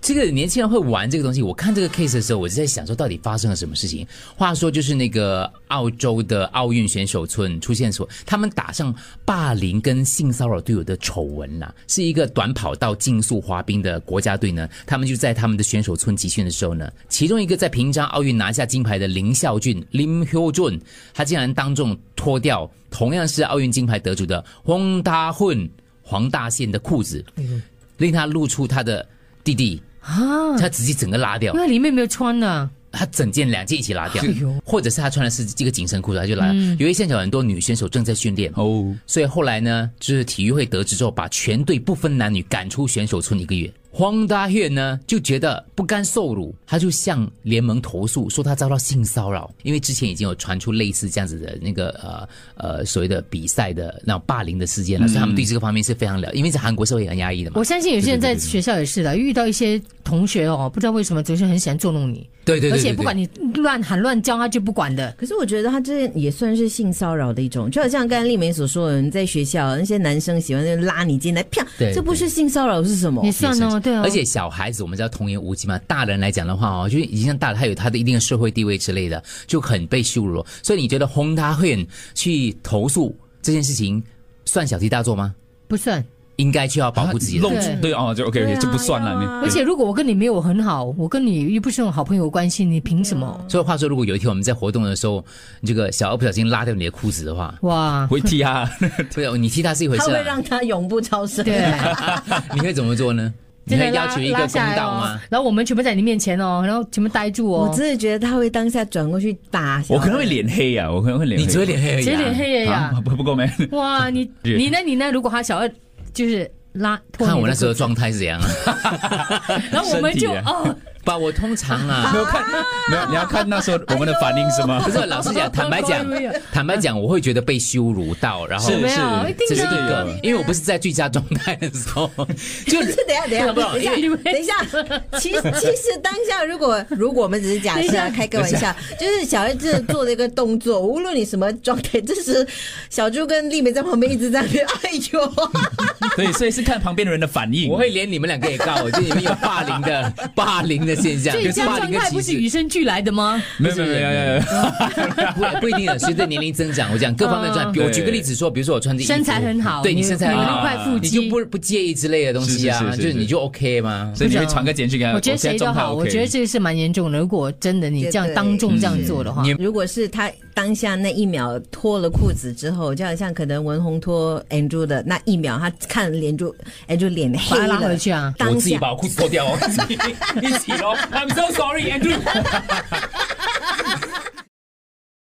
这个年轻人会玩这个东西。我看这个 case 的时候，我就在想说，到底发生了什么事情？话说，就是那个澳洲的奥运选手村出现所，他们打上霸凌跟性骚扰队友的丑闻呐、是一个短跑道竞速滑冰的国家队呢，他们就在他们的选手村集训的时候呢，其中一个在平昌奥运拿下金牌的林孝俊 （Lim h y o j u n 他竟然当众脱掉同样是奥运金牌得主的黄大混黄大宪的裤子，令他露出他的弟弟，嗯啊，他直接整个拉掉，那里面没有穿啊，他整件两件一起拉掉哎呦，嗯或者是他穿的是这个紧身裤子，他就拉。由于现场有很多女选手正在训练，哦，所以后来呢，就是体育会得知之后，把全队不分男女赶出选手村一个月。黄大炫呢就觉得不甘受辱，他就向联盟投诉，说他遭到性骚扰，因为之前已经有传出类似这样子的那个呃呃所谓的比赛的那种霸凌的事件了，所以他们对这个方面是非常了，因为在韩国社会也很压抑的嘛我。相信有些人在学校也是的，遇到一些同学哦，不知道为什么总是很喜欢捉弄你，对对对对对而且不管你乱喊乱叫，啊他就不管的。可是我觉得他这也算是性骚扰的一种，就好像刚才丽梅所说的，你在学校那些男生喜欢就拉你进来，啪对，这不是性骚扰是什么也？算哦，对哦，而且小孩子我们知道童言无忌嘛，大人来讲的话哦，就是已经像大了，他有他的一定的社会地位之类的，就很被羞辱了。所以你觉得轰他会去投诉这件事情，算小题大做吗？不算。 应该就要保护自己的露人。啊出对哦，就 OK 对 OK，啊这不算了要啊你。而且如果我跟你没有很好，我跟你又不是那种好朋友关系，你凭什么？所以话说，如果有一天我们在活动的时候，你这个小二不小心拉掉你的裤子的 话，哇，会踢啊 他，不是你踢他是一回他事、会啊， 让他永不超生。对，你会怎么做呢？你真会的要拉求一个拉公下来道哦吗？。然后我们全部在你面前哦，然后全部呆住我哦，真的觉得他会当下转过去打小孩。我可 能会脸黑啊，我可能会脸黑。你只会脸黑而已、谁啊，脸黑了呀啊？不不够没。哇，你是你呢？你呢？如果他小二就是拉，脱看你我的那时候裤的子，状态是怎样啊？ 然后我们就身体啊哦，把我通常 啊，没有看，没有，你要看那时候我们的反应是吗？ 不是，老实讲，坦白讲，坦白讲，我会觉得被羞辱到，然后是没是有，一定这是一的个，因为我不是在最佳状态的时候，就可是等一下，等一下，等一下，等一下。其实，其实当下，如果如果我们只是假设啊开个玩笑，就是小孩子做的一个动作，无论你什么状态，就是小猪跟丽梅在旁边一直在那边，哎呦，对，所以是看旁边的人的反 应。我会连你们两个也告，就你们有霸凌的霸凌的 现象，所以这样霸状凌跟态不歧是视与生俱来的吗？没有没有没有没有没有，啊不不一定的，随着年龄增长，我讲各方面 转。比如我对举个例子说，比如说我穿这衣服嗯身材很好，对你身材有很六好，块腹你就肌，不不介意之类的东西是啊，是是就是是是你就 OK 吗？所以你会传个简讯给他。我觉得呃现谁在都状态好，我 OK 嗯觉得这个是蛮严重的。如果真的你这样当众这样做的话对，如果是他当下那一秒脱了裤子之后，就好像可能文红脱 Andrew 的那一秒，他看脸就 Andrew 脸黑把他了，拉回去啊！当下 我裤子脱掉哦，一起一起喽。I'm so sorry, Andrew。